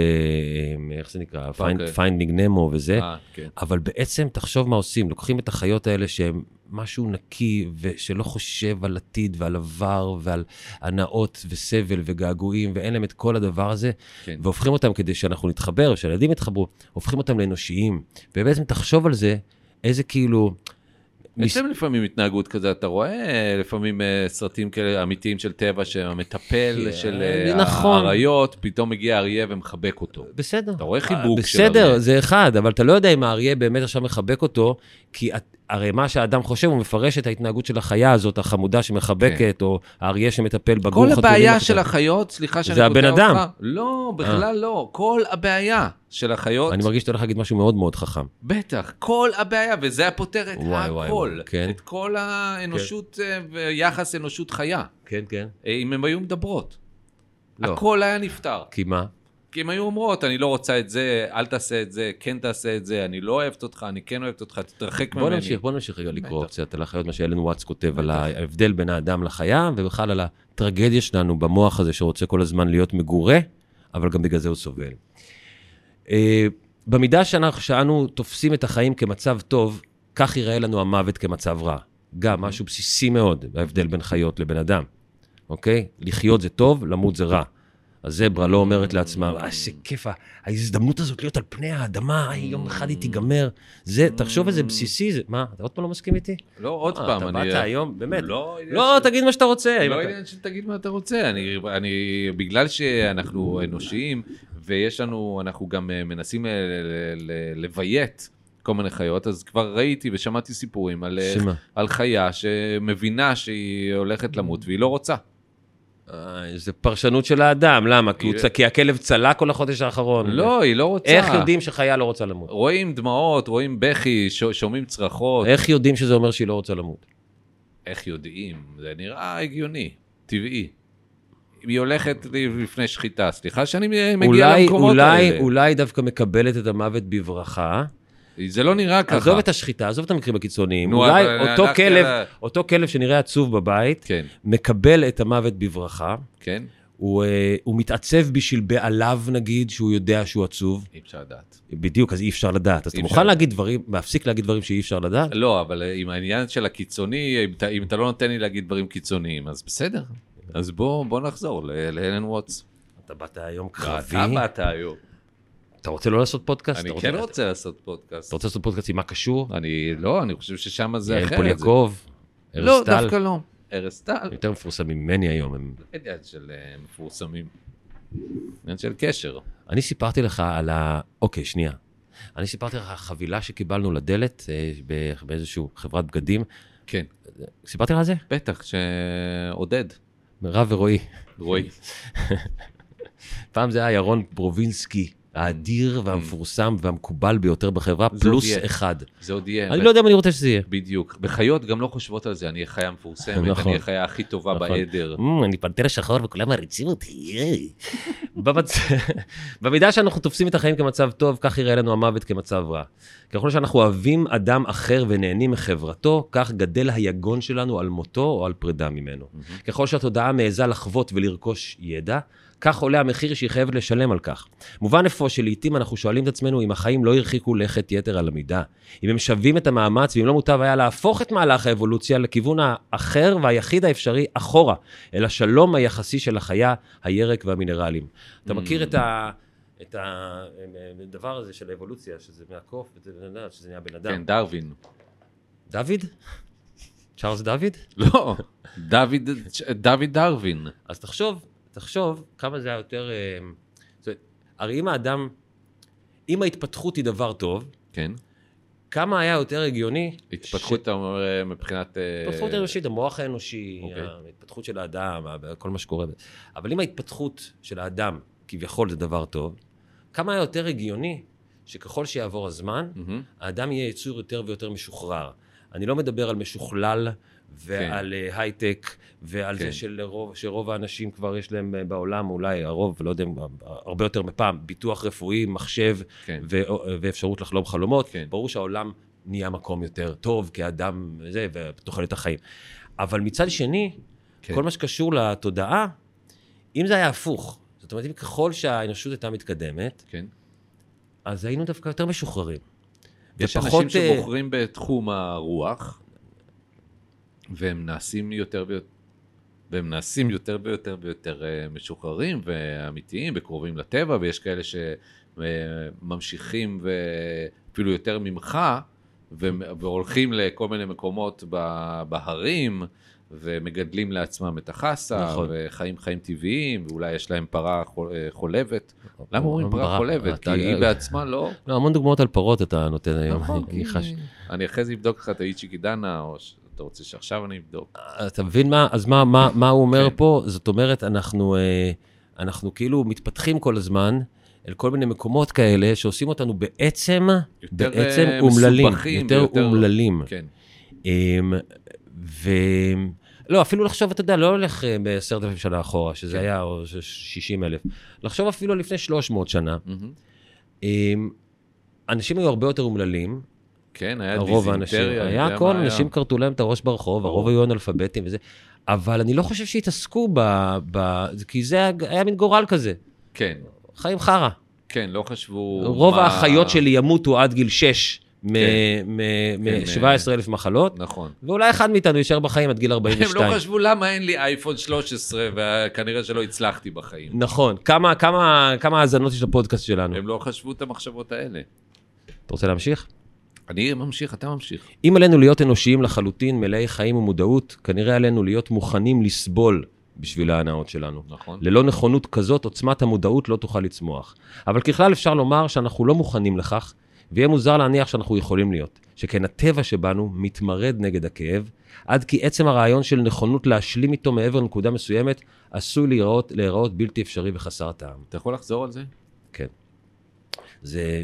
איך זה נקרא? אוקיי. פיינדינג נמו וזה. אה, כן. אבל בעצם, תחשוב מה עושים, לוקחים את החיות האלה שהן משהו נקי, ושלא חושב על עתיד ועל עבר ועל הנאות וסבל וגעגועים, ואין להם את כל הדבר הזה, כן. והופכים אותם כדי שאנחנו נתחבר, שהילדים יתחברו, הופכים אותם לאנושיים. ובעצם תחשוב על זה, איזה כאילו... יש להם לפעמים התנהגות כזה, אתה רואה אה, לפעמים אה, סרטים כאלה אמיתיים של טבע שהמטפל כן, של אה, נכון. האריות, פתאום מגיע אריה ומחבק אותו. בסדר. אתה רואה חיבוק של בסדר, אריה. זה אחד, אבל אתה לא יודע אם האריה באמת עכשיו מחבק אותו, כי את- הרי מה שהאדם חושב, הוא מפרש את ההתנהגות של החיה הזאת, החמודה כן. שמחבקת, או האריה שמטפל בגור כל חתולים. הבעיה הקטן. של החיות, סליחה שאני זה קוטע הבן אותך. אדם. אה. לא, בכלל לא. כל הבעיה של החיות, אני מרגיש שאתה הולך להגיד משהו מאוד מאוד חכם. בטח, כל הבעיה, וזה היה פותר את וואי, וואי, הכל. וואי, כן. את כל האנושות אה, ויחס אנושות חיה. כן, כן. אה, אם הן היו מדברות. לא. הכל היה נפתר. כי מה? כי הן היו אומרות, אני לא רוצה את זה, אל תעשה את זה, כן תעשה את זה, אני לא אוהבת אותך, אני כן אוהבת אותך, תתרחק ממני. בוא נמשיך, בוא נמשיך רגע לקרוא בטח. קצת על החיות, מה שאלן וואטס כותב, על ההבדל בין האדם לחיה, ובכלל על הטרגדיה שלנו במוח הזה, שרוצה כל הזמן להיות מגורה, אבל גם בגלל זה הוא סובל. אה, במידה שאנחנו, שאנו תופסים את החיים כמצב טוב, כך ייראה לנו המוות כמצב רע. גם משהו בסיסי מאוד, ההבדל בין חיות לבין אדם, אוקיי? לחיות זה טוב, למות זה רע. הזברה לא אומרת לעצמה, אה, איזה כיף, ה- ההזדמנות הזאת להיות על פני האדמה, אה, יום אחד היא תיגמר. זה, תחשוב איזה בסיסי זה, מה, אתה עוד פעם לא מסכים איתי? לא, עוד אה, פעם, אתה אני... באת היום, באמת. לא, לא, תגיד מה שאתה רוצה. אם לא אתה- עניין של תגיד מה אתה רוצה, אני, אני, בגלל שאנחנו אנושיים ויש לנו, אנחנו גם אה, מנסים אה, ל- ל- לביית כל מיני חיות, אז כבר ראיתי ושמעתי סיפורים על, אה, שמה? על חיה שמבינה שהיא הולכת למות והיא לא רוצה. אה, זה פרשנות של האדם, למה? כי הוא היא- צ- כי הכלב צלה כל החודש האחרון. אה, לא, היא לא רוצה. אה, איך יודעים שחיה לא רוצה למות? רואים דמעות, רואים בכי, ש- שומעים צרחות. איך יודעים שזה אומר שהיא לא רוצה למות? איך יודעים? זה נראה הגיוני, טבעי. היא הולכת לפני שחיטה, סליחה שאני מגיע אולי, למקומות אולי, האלה. אולי דווקא מקבלת את המוות בברכה. זה לא נראה ככה. עזוב את השחיטה, עזוב את המקרים הקיצוניים. נו, אולי אבל אותו הלכתי כלב, על ה- אותו כלב שנראה עצוב בבית, כן, מקבל את המוות בברכה. כן, הוא, אה, הוא מתעצב בשביל בעליו, נגיד, שהוא יודע שהוא עצוב. אי אפשר לדעת. בדיוק, אז אי אפשר לדעת. אז אי אתה אפשר. מוכן להגיד דברים, להפסיק להגיד דברים שאי אפשר לדעת? לא, אבל אה, עם העניין של הקיצוני, אם אתה, אם אתה לא נותן לי להגיד דברים קיצוניים, אז בסדר. אז בוא, בוא נחזור ל- להלן וואטס. אתה באת היום קרבי, אתה באת היום. אתה רוצה לא לעשות פודקאסט? אני אתה כן רוצה לעשות פודקאסט. אתה רוצה לעשות פודקאסט עם מה קשור? אני לא, אני חושב ששם זה יעל אחרת. פול זה- יעקב, לא, ארז טל, דווקא לא. ארז טל, הם יותר מפורסמים ממני היום. הם- אין עניין של אה, מפורסמים. עניין של קשר. אני סיפרתי לך על ה... אוקיי, שנייה. אני סיפרתי לך על החבילה שקיבלנו לדלת אה, ב- באיזשהו חברת בגדים. כן. סיפרתי לך על זה? בטח, שעודד, מירב ורועי. רועי. פעם זה היה ירון פרובינסקי, האדיר והמפורסם והמקובל ביותר בחברה, זה פלוס עוד יהיה. אחד. זה עוד יהיה. אני לא יודע אם אני רוצה שזה יהיה. בדיוק. בחיות גם לא חושבות על זה, אני החיה המפורסמת, נכון. אני החיה הכי טובה נכון. בעדר. "אמ, אני פנתר שחור וכולם מעריצים אותי. ייי." [laughs] במצ- במידה שאנחנו תופסים את החיים כמצב טוב, כך יראה לנו המוות כמצב רע. ככל שאנחנו אוהבים אדם אחר ונהנים מחברתו, כך גדל היגון שלנו על מותו או על פרידה ממנו. ככל שהתודעה מעיזה לחוות ולרכוש ידע, כך עולה המחיר שהיא חייבת לשלם על כך. מובן אפוא שלעיתים אנחנו שואלים את עצמנו אם החיים לא הרחיקו לכת יתר על המידה, אם הם שווים את המאמץ ואם לא מוטב היה להפוך את מהלך האבולוציה לכיוון האחר והיחיד האפשרי אחורה, אל השלום היחסי של החיה, הירק והמינרלים. אתה מכיר את ה... את הדבר הזה של האבולוציה, שזה מהקוף, וזה- שזה נהיה בן אדם. כן, דרווין. דוד? צ'ארלס דוד? לא, דוד, דוד דרווין. אז תחשוב, תחשוב כמה זה היה יותר... אה, זאת אומרת, הרי אם האדם, אם ההתפתחות היא דבר טוב, כן. כמה היה יותר הגיוני... התפתחות, אתה אומר, אה, מבחינת... אה, התפתחות האנושית, המוח האנושי, אוקיי. ההתפתחות של האדם, ה- כל מה שקורה. אבל אם ההתפתחות של האדם, כביכול זה דבר טוב, כמה היה יותר הגיוני שככל שיעבור הזמן, מהמם. האדם יהיה יצור יותר ויותר משוחרר. אני לא מדבר על משוכלל ועל אה, הייטק ועל כן. זה שלרוב, שרוב האנשים כבר יש להם אה, בעולם, אולי הרוב, לא יודע, אם, אה, הרבה יותר מפעם, ביטוח רפואי, מחשב כן. ו- אה, ואפשרות לחלום חלומות. כן. ברור שהעולם נהיה מקום יותר טוב כאדם וזה, ותוחלת החיים. אבל מצד שני, כן. כל מה שקשור לתודעה, אם זה היה הפוך, זאת אומרת, אם ככל שהאנושות הייתה מתקדמת, כן. אז היינו דווקא יותר משוחררים. יש ופחות, אנשים אה, שבוחרים בתחום הרוח, והם נעשים יותר ויותר... והם נעשים יותר ויותר ויותר אה, משוחררים ואמיתיים וקרובים לטבע, ויש כאלה שממשיכים ואפילו יותר ממך, ו- והולכים לכל מיני מקומות ב- בהרים ומגדלים לעצמם את החסה, נכון. וחיים חיים טבעיים, ואולי יש להם פרה חול- אה, חולבת. למה אומרים פרה אה, פרה, חולבת? כי אוקיי. אתה- היא בעצמה לא... לא, המון דוגמאות על פרות אתה נותן היום, נכון, אני כי- חש. אני אחרי זה אבדוק לך את האיצ'יקי דנה, או שאתה רוצה שעכשיו אני אבדוק. אה, אתה מבין מה, אז מה, מה, מה הוא אומר כן. פה? זאת אומרת, אנחנו, אה, אנחנו כאילו מתפתחים כל הזמן אל כל מיני מקומות כאלה שעושים אותנו בעצם, יותר, בעצם אה, אומללים, מסובכים יותר ויותר- אומללים. כן. אמ, ו... לא, אפילו לחשוב, אתה יודע, לא הולך אה, ב-10,000 שנה אחורה, כן. שזה היה, או 60,000, לחשוב אפילו לפני 300 שנה. מהמם. אמ, אנשים היו הרבה יותר אומללים, כן, היה רוב האנשים. דיזינטריה. אני היה יודע הכל, מה אנשים כרתו להם את הראש ברחוב, הרוב היו אנאלפביתים וזה, אבל אני לא חושב שהתעסקו ב... ב... זה- כי זה היה- היה מין גורל כזה, כן, חיים חרא. כן, לא חשבו... רוב מה- האחיות שלי ימותו עד גיל 6 כן. כן, מ-17,000 מחלות, נכון. ואולי אחד מאיתנו יישאר בחיים עד גיל הם 42. לא חשבו למה אין לי אייפון 13, וכנראה שלא הצלחתי בחיים. נכון, כמה- כמה כמה האזנות יש לפודקאסט שלנו. הם לא חשבו את המחשבות האלה. אתה רוצה להמשיך? אני ממשיך, אתה ממשיך. אם עלינו להיות אנושיים לחלוטין, מלאי חיים ומודעות, כנראה עלינו להיות מוכנים לסבול בשביל ההנאות שלנו. נכון. ללא נכונות כזאת, עוצמת המודעות לא תוכל לצמוח. אבל ככלל אפשר לומר שאנחנו לא מוכנים לכך, ויהיה מוזר להניח שאנחנו יכולים להיות, שכן הטבע שבנו מתמרד נגד הכאב, עד כי עצם הרעיון של נכונות להשלים איתו מעבר לנקודה מסוימת, עשוי להיראות, להיראות בלתי אפשרי וחסר טעם. אתה יכול לחזור על זה? כן. זה,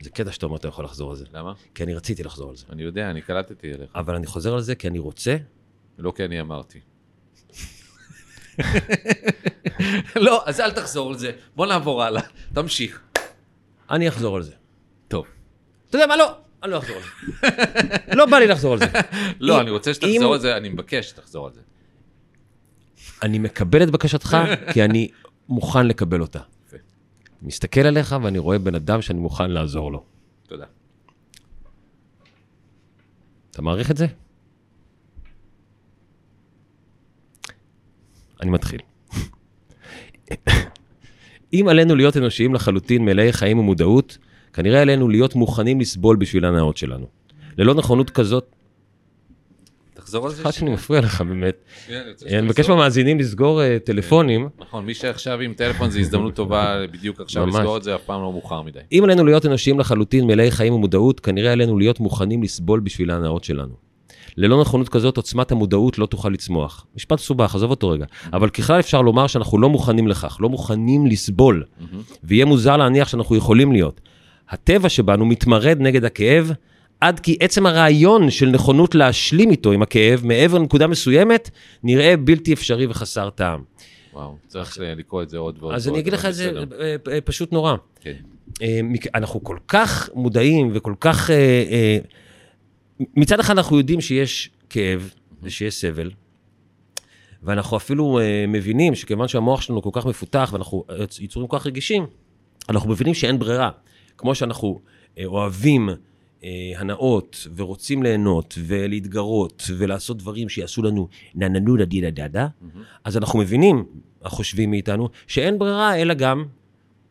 זה קטע שאתה אומר, אתה יכול לחזור על זה. למה? כי אני רציתי לחזור על זה. אני יודע, אני קלטתי עליך. אבל אני חוזר על זה כי אני רוצה. לא כי אני אמרתי. לא, אז אל תחזור על זה. בוא נעבור הלאה. תמשיך. אני אחזור על זה. טוב. אתה יודע מה? לא, אני לא אחזור על זה. לא בא לי לחזור על זה. לא, אם- אני רוצה אם- שתחזור על זה, אני מבקש שתחזור על זה. אני מקבל את בקשתך, כי אני מוכן לקבל אותה. יפה. מסתכל עליך ואני רואה בן אדם שאני מוכן לעזור לו. תודה. אתה מעריך את זה? אני מתחיל. אם עלינו להיות אנושיים לחלוטין, מלאי חיים ומודעות, כנראה עלינו להיות מוכנים לסבול בשביל הנאות שלנו. ללא נכונות כזאת, תחזור על זה. סליחה שאני מפריע לך באמת, שנייה, אני רוצה אני מבקש שתחזור. מהמאזינים לסגור אה, טלפונים. נכון, מי שעכשיו עם טלפון זה הזדמנות טובה בדיוק עכשיו ממש. לסגור את זה, אף פעם לא מאוחר מדי. אם עלינו להיות אנושיים לחלוטין, מלאי חיים ומודעות, כנראה עלינו להיות מוכנים לסבול בשביל ההנאות שלנו. ללא נכונות כזאת, עוצמת המודעות לא תוכל לצמוח. משפט מסובך, עזוב אותו רגע. אבל ככלל אפשר לומר שאנחנו לא מוכנים לכך, לא מוכנים לסבול, ויהיה מוזר להניח שאנחנו יכולים להיות. הטבע שבנו מתמרד נגד הכאב, עד כי עצם הרעיון של נכונות להשלים איתו עם הכאב, מעבר לנקודה מסוימת, נראה בלתי אפשרי וחסר טעם. וואו, צריך אה, לקרוא את זה עוד ועוד. אז אני ועוד, אגיד לך אבל את זה בסדר. אה, אה, פשוט נורא. כן. אה, מכ- אנחנו כל כך מודעים וכל כך... אה, אה, מצד אחד אנחנו יודעים שיש כאב ושיש סבל, ואנחנו אפילו אה, מבינים שכיוון שהמוח שלנו כל כך מפותח ואנחנו אה, יצורים כל כך רגישים, אנחנו מבינים שאין ברירה. כמו שאנחנו אה, אוהבים אה, הנאות ורוצים ליהנות ולהתגרות ולעשות דברים שיעשו לנו נננו דה דה דה דה, אז אנחנו מבינים, החושבים מאיתנו, שאין ברירה אלא גם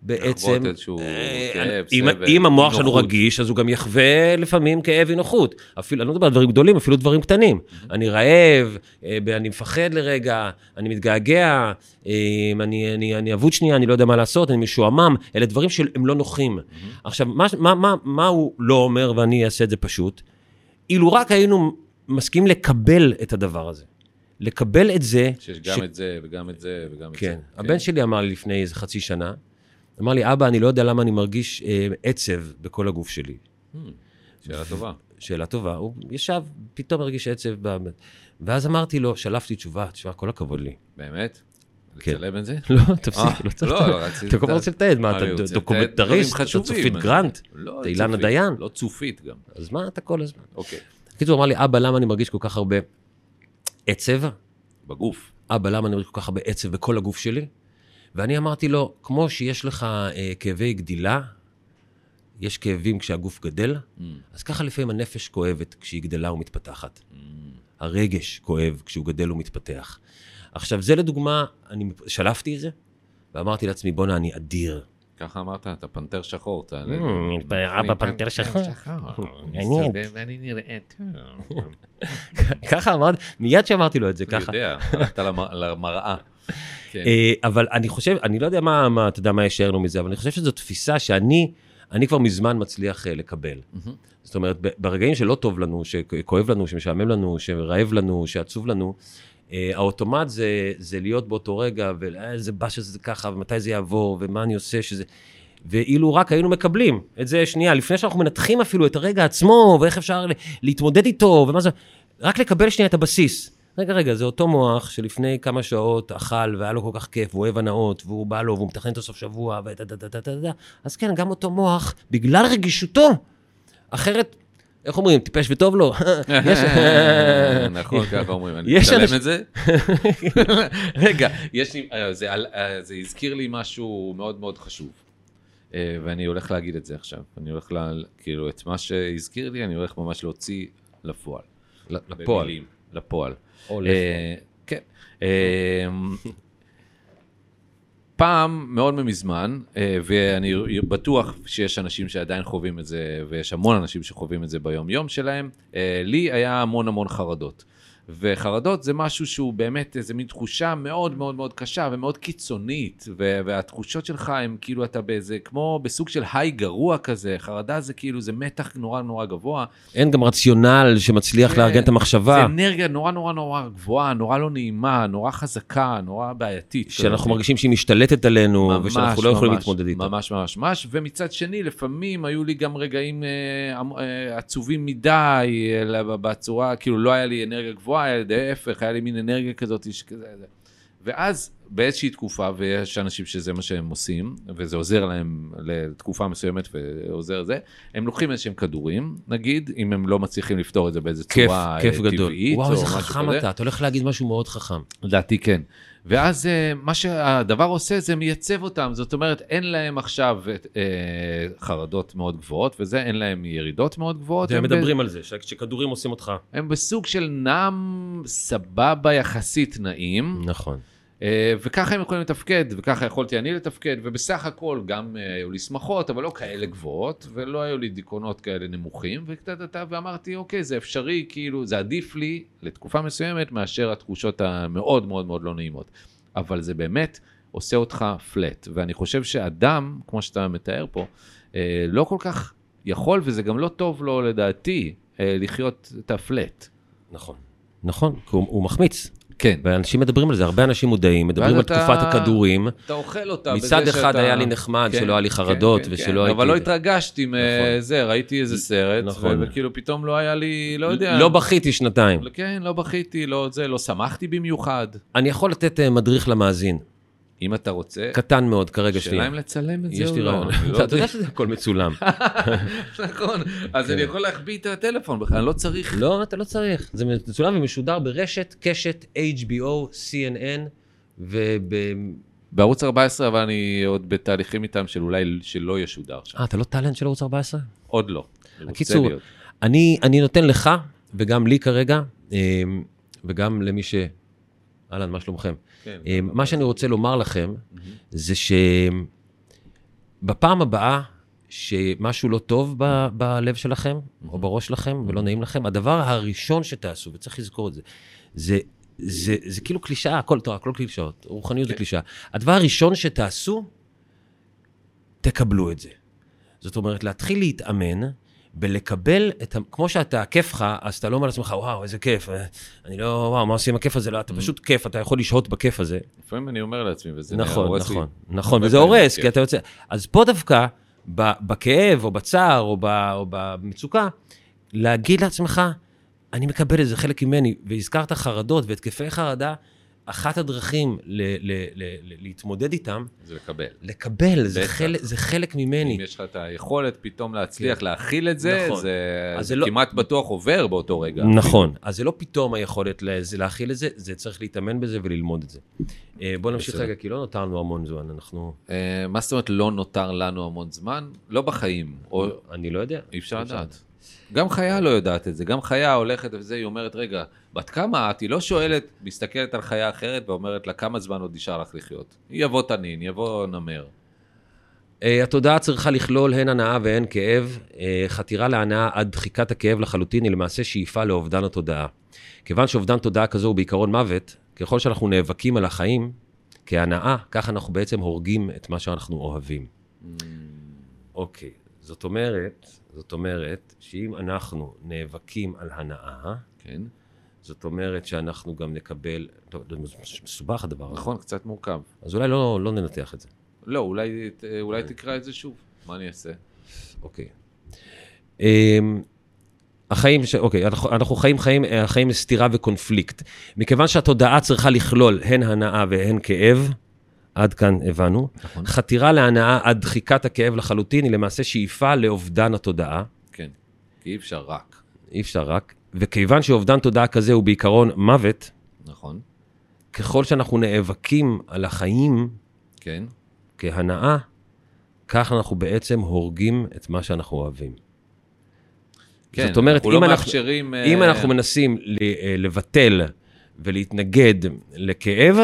בעצם... לחוות איזשהו אה, כאב, אם- סבל, אם המוח שלנו נוחות. רגיש, אז הוא גם יחווה לפעמים כאב אי-נוחות. אפילו, אני לא מדבר על דברים גדולים, אפילו דברים קטנים. אני רעב, אה, ב- אני מפחד לרגע, אני מתגעגע, אה, אני- אני אני אבוד שנייה, אני לא יודע מה לעשות, אני משועמם, אלה דברים שהם לא נוחים. עכשיו, מה- מה- מה- מה הוא לא אומר ואני אעשה את זה פשוט? אילו רק היינו מסכימים לקבל את הדבר הזה. לקבל את זה... שיש ש- גם את זה וגם את זה וגם את זה. כן. הבן שלי אמר לי לפני איזה חצי שנה, אמר לי, אבא, אני לא יודע למה אני מרגיש אה, עצב בכל הגוף שלי. שאלה טובה. שאלה טובה, הוא ישב, פתאום הרגיש עצב. ב... ואז אמרתי לו, שלפתי תשובה, תשמע, כל הכבוד לי. באמת? כן. לצלם את זה? לא, אה, תפסיק, לא צריך. לא, אתה- רציתי- אתה כל הזמן רוצה לתעד, מה, אני אתה רוצה לתעד דוקומנטריסט, דברים אתה חשובים. צופית גרנט, לא אתה אילנה צופית, דיין, לא צופית גם. אז מה אתה כל הזמן? אוקיי. בקיצור, הוא אמר לי, אבא, למה אני מרגיש כל כך הרבה עצב? בגוף. אבא, למה אני מרגיש כל כך הרבה עצב בכל הגוף שלי? ואני אמרתי לו, כמו שיש לך אה, כאבי גדילה, יש כאבים כשהגוף גדל, Mm. אז ככה לפעמים הנפש כואבת כשהיא גדלה ומתפתחת. הרגש כואב כשהוא גדל ומתפתח. עכשיו, זה לדוגמה, אני שלפתי את זה, ואמרתי לעצמי, בואנה, אני אדיר. ככה אמרת, אתה פנתר שחור, אתה... Mm, Hmm, אבא פנתר שחור. Hmm, מעניין. מסתובב, אני נראה טוב. [laughs] ככה אמרת, מיד שאמרתי לו את זה אני ככה. יודע, הלכת למ- [laughs] למראה. כן. אה, אבל אני חושב, אני לא יודע מה, מה- אתה יודע, מה יישאר לנו מזה, אבל אני חושב שזו תפיסה שאני, אני כבר מזמן מצליח אה, לקבל. מהמם. זאת אומרת, ב- ברגעים שלא טוב לנו, שכואב לנו, שמשעמם לנו, שרעב לנו, שעצוב לנו, אה, האוטומט זה, זה להיות באותו רגע, ואיזה באסה זה ככה, ומתי זה יעבור, ומה אני עושה שזה... ואילו רק היינו מקבלים את זה שנייה, לפני שאנחנו מנתחים אפילו את הרגע עצמו, ואיך אפשר ל- להתמודד איתו, ומה זה... רק לקבל שנייה את הבסיס. רגע, רגע, זה אותו מוח שלפני כמה שעות אכל והיה לו כל כך כיף, והוא אוהב הנאות, והוא בא לו, והוא מתכנן את הסוף שבוע, ותה תה תה תה תה תה. אז כן, גם אותו מוח, בגלל רגישותו, אחרת, איך אומרים, טיפש וטוב לו? [laughs] יש... [laughs] [laughs] נכון, ככה אומרים, אני יש מצלם אנשים- את [laughs] זה. רגע, יש לי, אה, זה על- אה, זה הזכיר לי משהו מאוד מאוד חשוב, אה, ואני הולך להגיד את זה עכשיו. אני הולך, ל- כאילו, את מה שהזכיר לי, אני הולך ממש להוציא לפועל. לפועל. במילים, לפועל. או אה, כן. אה, פעם, מאוד מזמן, אה, ואני בטוח שיש אנשים שעדיין חווים את זה, ויש המון אנשים שחווים את זה ביום-יום שלהם, אה, לי היה המון המון חרדות. וחרדות זה משהו שהוא באמת איזה מין תחושה מאוד מאוד מאוד קשה ומאוד קיצונית, ו- והתחושות שלך הם כאילו אתה באיזה, כמו בסוג של היי גרוע כזה, חרדה זה כאילו זה מתח נורא נורא גבוה, אין גם רציונל שמצליח כן. לארגן את זה המחשבה, אנרגיה נורא נורא נורא גבוהה, נורא לא נעימה, נורא חזקה, נורא בעייתית. שאנחנו מרגישים שהיא משתלטת עלינו, ממש, ושאנחנו לא יכולים ממש, להתמודד איתה. ממש ממש ממש, ומצד שני, לפעמים היו לי גם רגעים אה, עמ- אה, עצובים מדי, אלא ב- בצורה, כאילו לא היה לי אנרגיה גבוהה, היה לי להפך, היה לי מין אנרגיה כזאת שכזה. זה. ואז באיזושהי תקופה, ויש אנשים שזה מה שהם עושים, וזה עוזר להם לתקופה מסוימת ועוזר זה, הם לוקחים איזשהם כדורים, נגיד, אם הם לא מצליחים לפתור את זה באיזו כיף, צורה אה, כיף טבעית, גדול. וואו, או איזה משהו חכם כזה. אתה, אתה הולך להגיד משהו מאוד חכם. לדעתי כן. ואז אה, מה שהדבר עושה זה מייצב אותם, זאת אומרת אין להם עכשיו אה, חרדות מאוד גבוהות וזה, אין להם ירידות מאוד גבוהות. הם הם ב- מדברים על זה, שכדורים עושים אותך. הם בסוג של נם סבבה יחסית נעים, נכון. אה, וככה הם יכולים לתפקד, וככה יכולתי אני לתפקד, ובסך הכל גם אה, היו לי שמחות, אבל לא כאלה גבוהות, ולא היו לי דיכאונות כאלה נמוכים, וקטטטה, ואמרתי, אוקיי, זה אפשרי, כאילו, זה עדיף לי לתקופה מסוימת, מאשר התחושות המאוד מאוד מאוד לא נעימות. אבל זה באמת עושה אותך פלט, ואני חושב שאדם, כמו שאתה מתאר פה, אה, לא כל כך יכול, וזה גם לא טוב לו, לדעתי, אה, לחיות את הפלט. נכון. נכון, כי הוא הוא מחמיץ, כן. ואנשים מדברים על זה, הרבה אנשים מודעים, מדברים ואז על אתה- תקופת הכדורים. אתה אוכל אותה בזה מצד שאתה... כן, אחד היה לי נחמד שלא היה לי חרדות ושלא הייתי- אבל לא התרגשתי נכון. מזה, ראיתי איזה סרט, ו- נכון. וכאילו פתאום לא היה לי, לא יודע. לא בכיתי שנתיים. כן, לא בכיתי, לא זה, לא שמחתי במיוחד. אני יכול לתת אה, מדריך למאזין, אם אתה רוצה, קטן מאוד כרגע שלי. שאלה אם לצלם את זה יש או לי לא. רעיון. [laughs] אני לא אתה [laughs] יודע שזה הכל [laughs] מצולם. נכון, אז כן. אני יכול להחביא את הטלפון בכלל, אני לא צריך. לא, אתה לא צריך. זה מצולם ומשודר ברשת, קשת, HBO, CNN, וב... בערוץ 14, אבל אני עוד בתהליכים איתם של אולי שלא ישודר שם. אה, אתה לא טאלנט של ערוץ 14? עוד לא. אני רוצה הקיצור, להיות. אני, אני נותן לך, וגם לי כרגע, אמ, וגם למי ש... אהלן, מה שלומכם? כן. אמ, מה שאני רוצה לומר לכם, זה שבפעם הבאה שמשהו לא טוב ב, בלב שלכם, או בראש שלכם, ולא נעים לכם, הדבר הראשון שתעשו, וצריך לזכור את זה, זה, זה, זה, כאילו קלישאה, הכל, טוב, הכל קלישאות, רוחניות זה קלישאה. הדבר הראשון שתעשו, תקבלו את זה. זאת אומרת, להתחיל להתאמן בלקבל את ה... כמו שאתה, הכיף לך, אז אתה לא אומר לעצמך, וואו, איזה כיף, אה, אני לא, וואו, מה עושים עם הכיף הזה? לא, אתה פשוט כיף, אתה יכול לשהות בכיף הזה. לפעמים אני אומר לעצמי, וזה נהיה נכון, הורס לי. נכון, נכון, הרבה וזה פעמים כן. הורס, כיף. כי אתה יוצא... אז פה דווקא, ב- בכאב, או בצער, או ב- או במצוקה, להגיד לעצמך, אני מקבל את זה חלק ממני, והזכרת חרדות והתקפי חרדה, אחת הדרכים ל- ל- ל- ל- להתמודד איתם, זה לקבל. לקבל, זה בטח. חלק- זה חלק ממני. אם יש לך את היכולת פתאום להצליח כן. להכיל את זה, נכון. זה, אז זה זה לא- כמעט בטוח עובר באותו רגע. נכון, אז זה לא פתאום היכולת לה- זה להכיל את זה, זה צריך להתאמן בזה וללמוד את זה. אה, בוא נמשיך בסדר. רגע, כי לא נותרנו המון זמן, אנחנו... אה, מה זאת אומרת לא נותר לנו המון זמן? לא בחיים, או אני לא יודע. אי אפשר לדעת. גם חיה לא יודעת את זה, גם חיה הולכת וזה, היא אומרת, רגע, בת כמה את? היא לא שואלת, מסתכלת על חיה אחרת ואומרת לה, כמה זמן עוד נשאר לך לחיות? יבוא תנין, יבוא נמר. אה, התודעה צריכה לכלול הן הנאה והן כאב. אה, חתירה להנאה עד דחיקת הכאב לחלוטין היא למעשה שאיפה לאובדן התודעה. כיוון שאובדן תודעה כזו הוא בעיקרון מוות, ככל שאנחנו נאבקים על החיים כהנאה, כך אנחנו בעצם הורגים את מה שאנחנו אוהבים. אוקיי, זאת אומרת, זאת אומרת, שאם אנחנו נאבקים על הנאה, כן. זאת אומרת שאנחנו גם נקבל... טוב, זה מסובך הדבר הזה. נכון, קצת מורכב. אז אולי לא, לא ננתח את זה. לא, אולי, ת- אולי תקרא את זה שוב. מה אני אעשה? אוקיי. אמ, החיים, ש... אוקיי, אנחנו, אנחנו חיים חיים, אה, החיים לסתירה וקונפליקט. מכיוון שהתודעה צריכה לכלול הן הנאה והן כאב, עד כאן הבנו. נכון. חתירה להנאה עד דחיקת הכאב לחלוטין היא למעשה שאיפה לאובדן התודעה. כן. כי אי אפשר רק. אי אפשר רק. וכיוון שאובדן תודעה כזה הוא בעיקרון מוות, נכון. ככל שאנחנו נאבקים על החיים כן. כהנאה, כך אנחנו בעצם הורגים את מה שאנחנו אוהבים. כן, זאת אומרת, אנחנו לא אם אנחנו- מאפשרים... אם אה, אנחנו מנסים ל- אה, לבטל ולהתנגד לכאב,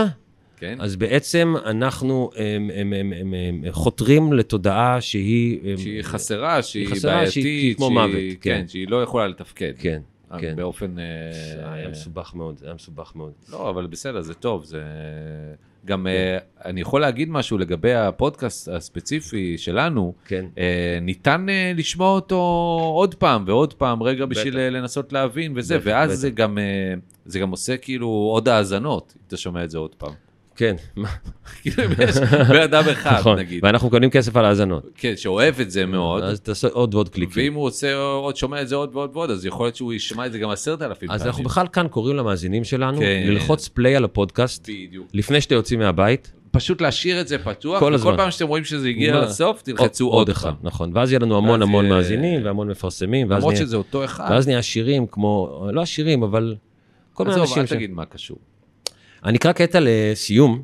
כן. אז בעצם אנחנו אמ, אמ, אמ, אמ, אמ, חותרים לתודעה שהיא... אמ, שהיא חסרה, שהיא חסרה, בעייתית, שהיא- שהיא כמו מוות, כן. כן, שהיא לא יכולה לתפקד. כן, אה, כן. באופן... אה, זה היה מסובך מאוד, זה היה מסובך מאוד. לא, אבל בסדר, זה טוב, זה... כן. גם אה, אני יכול להגיד משהו לגבי הפודקאסט הספציפי שלנו. כן. אה, ניתן אה, לשמוע אותו עוד פעם ועוד פעם, רגע בשביל אה, לנסות להבין וזה, בטח, ואז בטח. זה גם, אה, זה גם עושה כאילו עוד האזנות, אם אתה שומע את זה עוד פעם. [laughs] כן, כאילו אם יש בן אדם אחד, [laughs] נכון. נגיד, ואנחנו מקבלים כסף על האזנות. כן, שאוהב את זה מאוד, אז תעשה עוד ועוד קליקים. ואם הוא עושה עוד, שומע את זה עוד ועוד ועוד, אז יכול להיות שהוא ישמע את זה גם עשרת אלפים פעמים. אז אנחנו בכלל כאן קוראים למאזינים שלנו אה, כן. ללחוץ פליי על הפודקאסט בדיוק. לפני שאתם יוצאים מהבית. פשוט להשאיר את זה פתוח, כל וכל הזמן. פעם שאתם רואים שזה הגיע מה? לסוף, תלחצו עוד אחד. פעם. נכון, ואז יהיה לנו המון ואז המון יהיה- מאזינים והמון מפרסמים. ואז למרות נהיה- שזה אותו אחד. ואז נהיה שירים כמו, לא עשירים, אבל כל מיני עזוב, אנשים אל ש... תגיד מה קשור. אני אקרא קטע לסיום,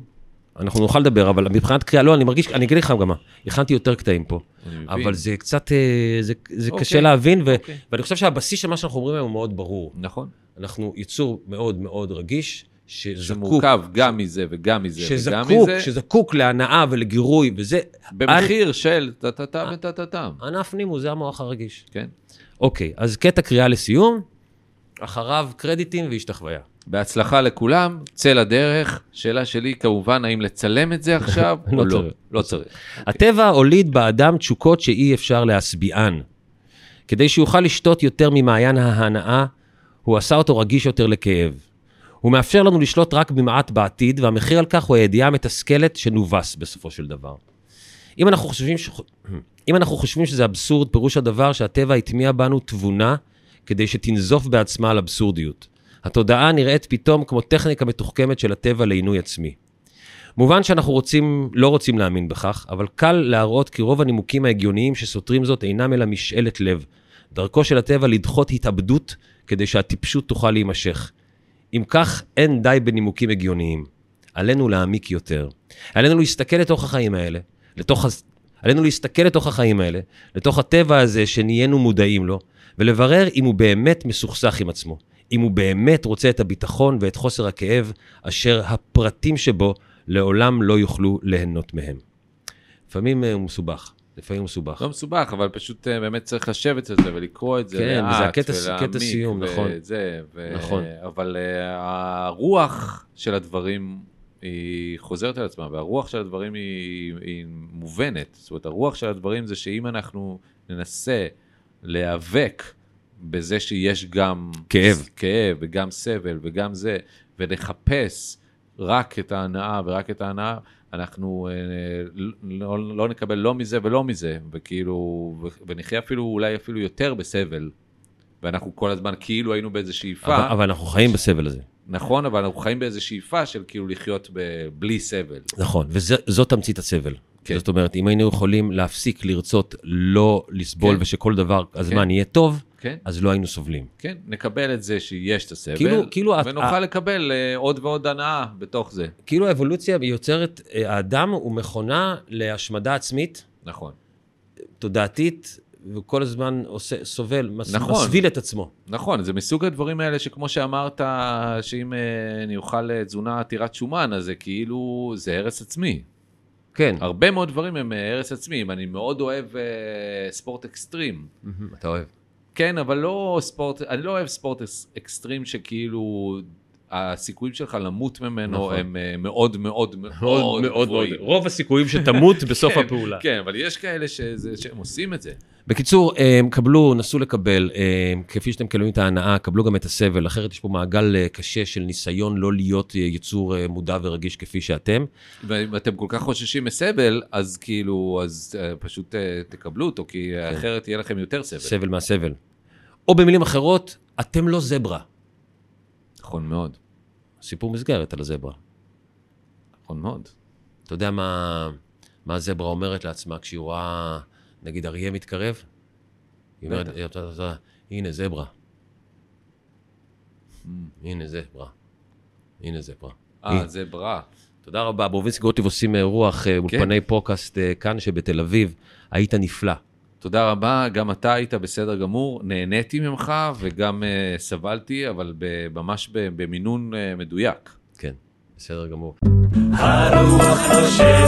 אנחנו נוכל לדבר, אבל מבחינת קריאה, לא, אני מרגיש, אני אגיד לך גם מה, הכנתי יותר קטעים פה, אני מבין. אבל זה קצת, אה, זה, זה אוקיי. קשה להבין, ו... אוקיי. ואני חושב שהבסיס של מה שאנחנו אומרים היום הוא מאוד ברור. נכון. אנחנו יצור מאוד מאוד רגיש, שזקוק, שמורכב גם מזה וגם מזה וגם שזקוק, מזה, שזקוק להנאה ולגירוי, וזה, במחיר של טה-טה-טה וטה-טה-טה. ענף נימו, זה המוח הרגיש. כן. אוקיי, אז קטע קריאה לסיום, אחריו קרדיטים והשתחוויה. בהצלחה לכולם, צא לדרך. שאלה שלי כמובן, האם לצלם את זה עכשיו לא או [laughs] לא? צריך. לא צריך. הטבע הוליד באדם תשוקות שאי אפשר להשביען. כדי שיוכל לשתות יותר ממעיין ההנאה, הוא עשה אותו רגיש יותר לכאב. הוא מאפשר לנו לשלוט רק במעט בעתיד, והמחיר על כך הוא הידיעה המתסכלת שנובס בסופו של דבר. אם אנחנו חושבים, ש... [clears throat] אם אנחנו חושבים שזה אבסורד, פירוש הדבר שהטבע הטמיע בנו תבונה כדי שתנזוף בעצמה על אבסורדיות. התודעה נראית פתאום כמו טכניקה מתוחכמת של הטבע לעינוי עצמי. מובן שאנחנו רוצים, לא רוצים להאמין בכך, אבל קל להראות כי רוב הנימוקים ההגיוניים שסותרים זאת אינם אלא משאלת לב. דרכו של הטבע לדחות התאבדות כדי שהטיפשות תוכל להימשך. אם כך, אין די בנימוקים הגיוניים. עלינו להעמיק יותר. עלינו להסתכל לתוך החיים האלה, לתוך, הז- עלינו להסתכל לתוך החיים האלה, לתוך הטבע הזה שנהיינו מודעים לו, ולברר אם הוא באמת מסוכסך עם עצמו, אם הוא באמת רוצה את הביטחון ואת חוסר הכאב, אשר הפרטים שבו לעולם לא יוכלו ליהנות מהם. לפעמים אה, הוא מסובך, לפעמים הוא מסובך. לא מסובך, אבל פשוט אה, באמת צריך לשבת על זה ולקרוא את זה כן, לאט, וזה הקטע- קטע ולהעמיק, סיום, נכון. וזה, ו... נכון. אבל אה, הרוח של הדברים היא חוזרת על עצמה, והרוח של הדברים היא, היא מובנת. זאת אומרת, הרוח של הדברים זה שאם אנחנו ננסה להיאבק בזה שיש גם כאב. כאב וגם סבל וגם זה, ולחפש רק את ההנאה ורק את ההנאה, אנחנו אה, לא, לא נקבל לא מזה ולא מזה, וכאילו, ו- ונחיה אפילו, אולי אפילו יותר בסבל. ואנחנו כל הזמן כאילו היינו באיזו שאיפה, אבל, אבל אנחנו חיים בסבל הזה. נכון, אבל אנחנו חיים באיזו שאיפה של כאילו לחיות ב- בלי סבל. נכון, וזאת תמצית הסבל. כן. כן. זאת אומרת, אם היינו יכולים להפסיק לרצות לא לסבול כן. כן. ושכל דבר, הזמן כן. יהיה טוב, כן, אז לא היינו סובלים. כן, נקבל את זה שיש את הסבל, כאילו- כאילו את- ונוכל לקבל אה, עוד ועוד הנאה בתוך זה. כאילו האבולוציה יוצרת, אה, האדם הוא מכונה להשמדה עצמית, נכון, תודעתית, וכל הזמן עושה, סובל, מס, נכון. מסביל את עצמו. נכון, זה מסוג הדברים האלה שכמו שאמרת, שאם אה, אני אוכל אה, תזונה עתירת שומן, אז זה כאילו, זה הרס עצמי. כן. הרבה מאוד דברים הם אה, הרס עצמי. אני מאוד אוהב אה, ספורט אקסטרים. מהמם, אוקיי. אתה אוהב. כן, אבל לא ספורט, אני לא אוהב ספורט אס- אקסטרים שכאילו הסיכויים שלך למות ממנו נכון. הם אה, מאוד מאוד [laughs] מאוד מאוד מאוד. גבוהים. אוקיי. רוב הסיכויים שתמות בסוף כן, הפעולה. כן, אבל יש כאלה שזה- שהם עושים את זה. בקיצור, אה, קבלו, נסו לקבל, אה, כפי שאתם מקבלים את ההנאה, קבלו גם את הסבל, אחרת יש פה מעגל אה, קשה של ניסיון לא להיות אה, יצור אה, מודע ורגיש כפי שאתם. ואם אתם כל כך חוששים מסבל, אז כאילו, אז אה, פשוט אה, תקבלו אותו, כי כן. אה, אחרת יהיה לכם יותר סבל. סבל מהסבל. או במילים אחרות, אתם לא זברה. נכון מאוד, סיפור מסגרת על הזברה. נכון מאוד. אתה יודע מה, מה הזברה אומרת לעצמה כשהיא רואה, נגיד, אריה מתקרב? היא אומרת, בטח. היא אומרת, הנה זברה, הנה זברה, הנה זברה. אה, זה ברע. תודה רבה, ברובינסקי גוטיב עושים אה, רוח, אה, אולפני פודקאסט אה, כאן שבתל אביב, היית נפלא. תודה רבה, גם אתה היית בסדר גמור, נהניתי ממך וגם אה, סבלתי, אבל ב- ממש ב- במינון אה, מדויק. כן, בסדר גמור. הרוח נושבת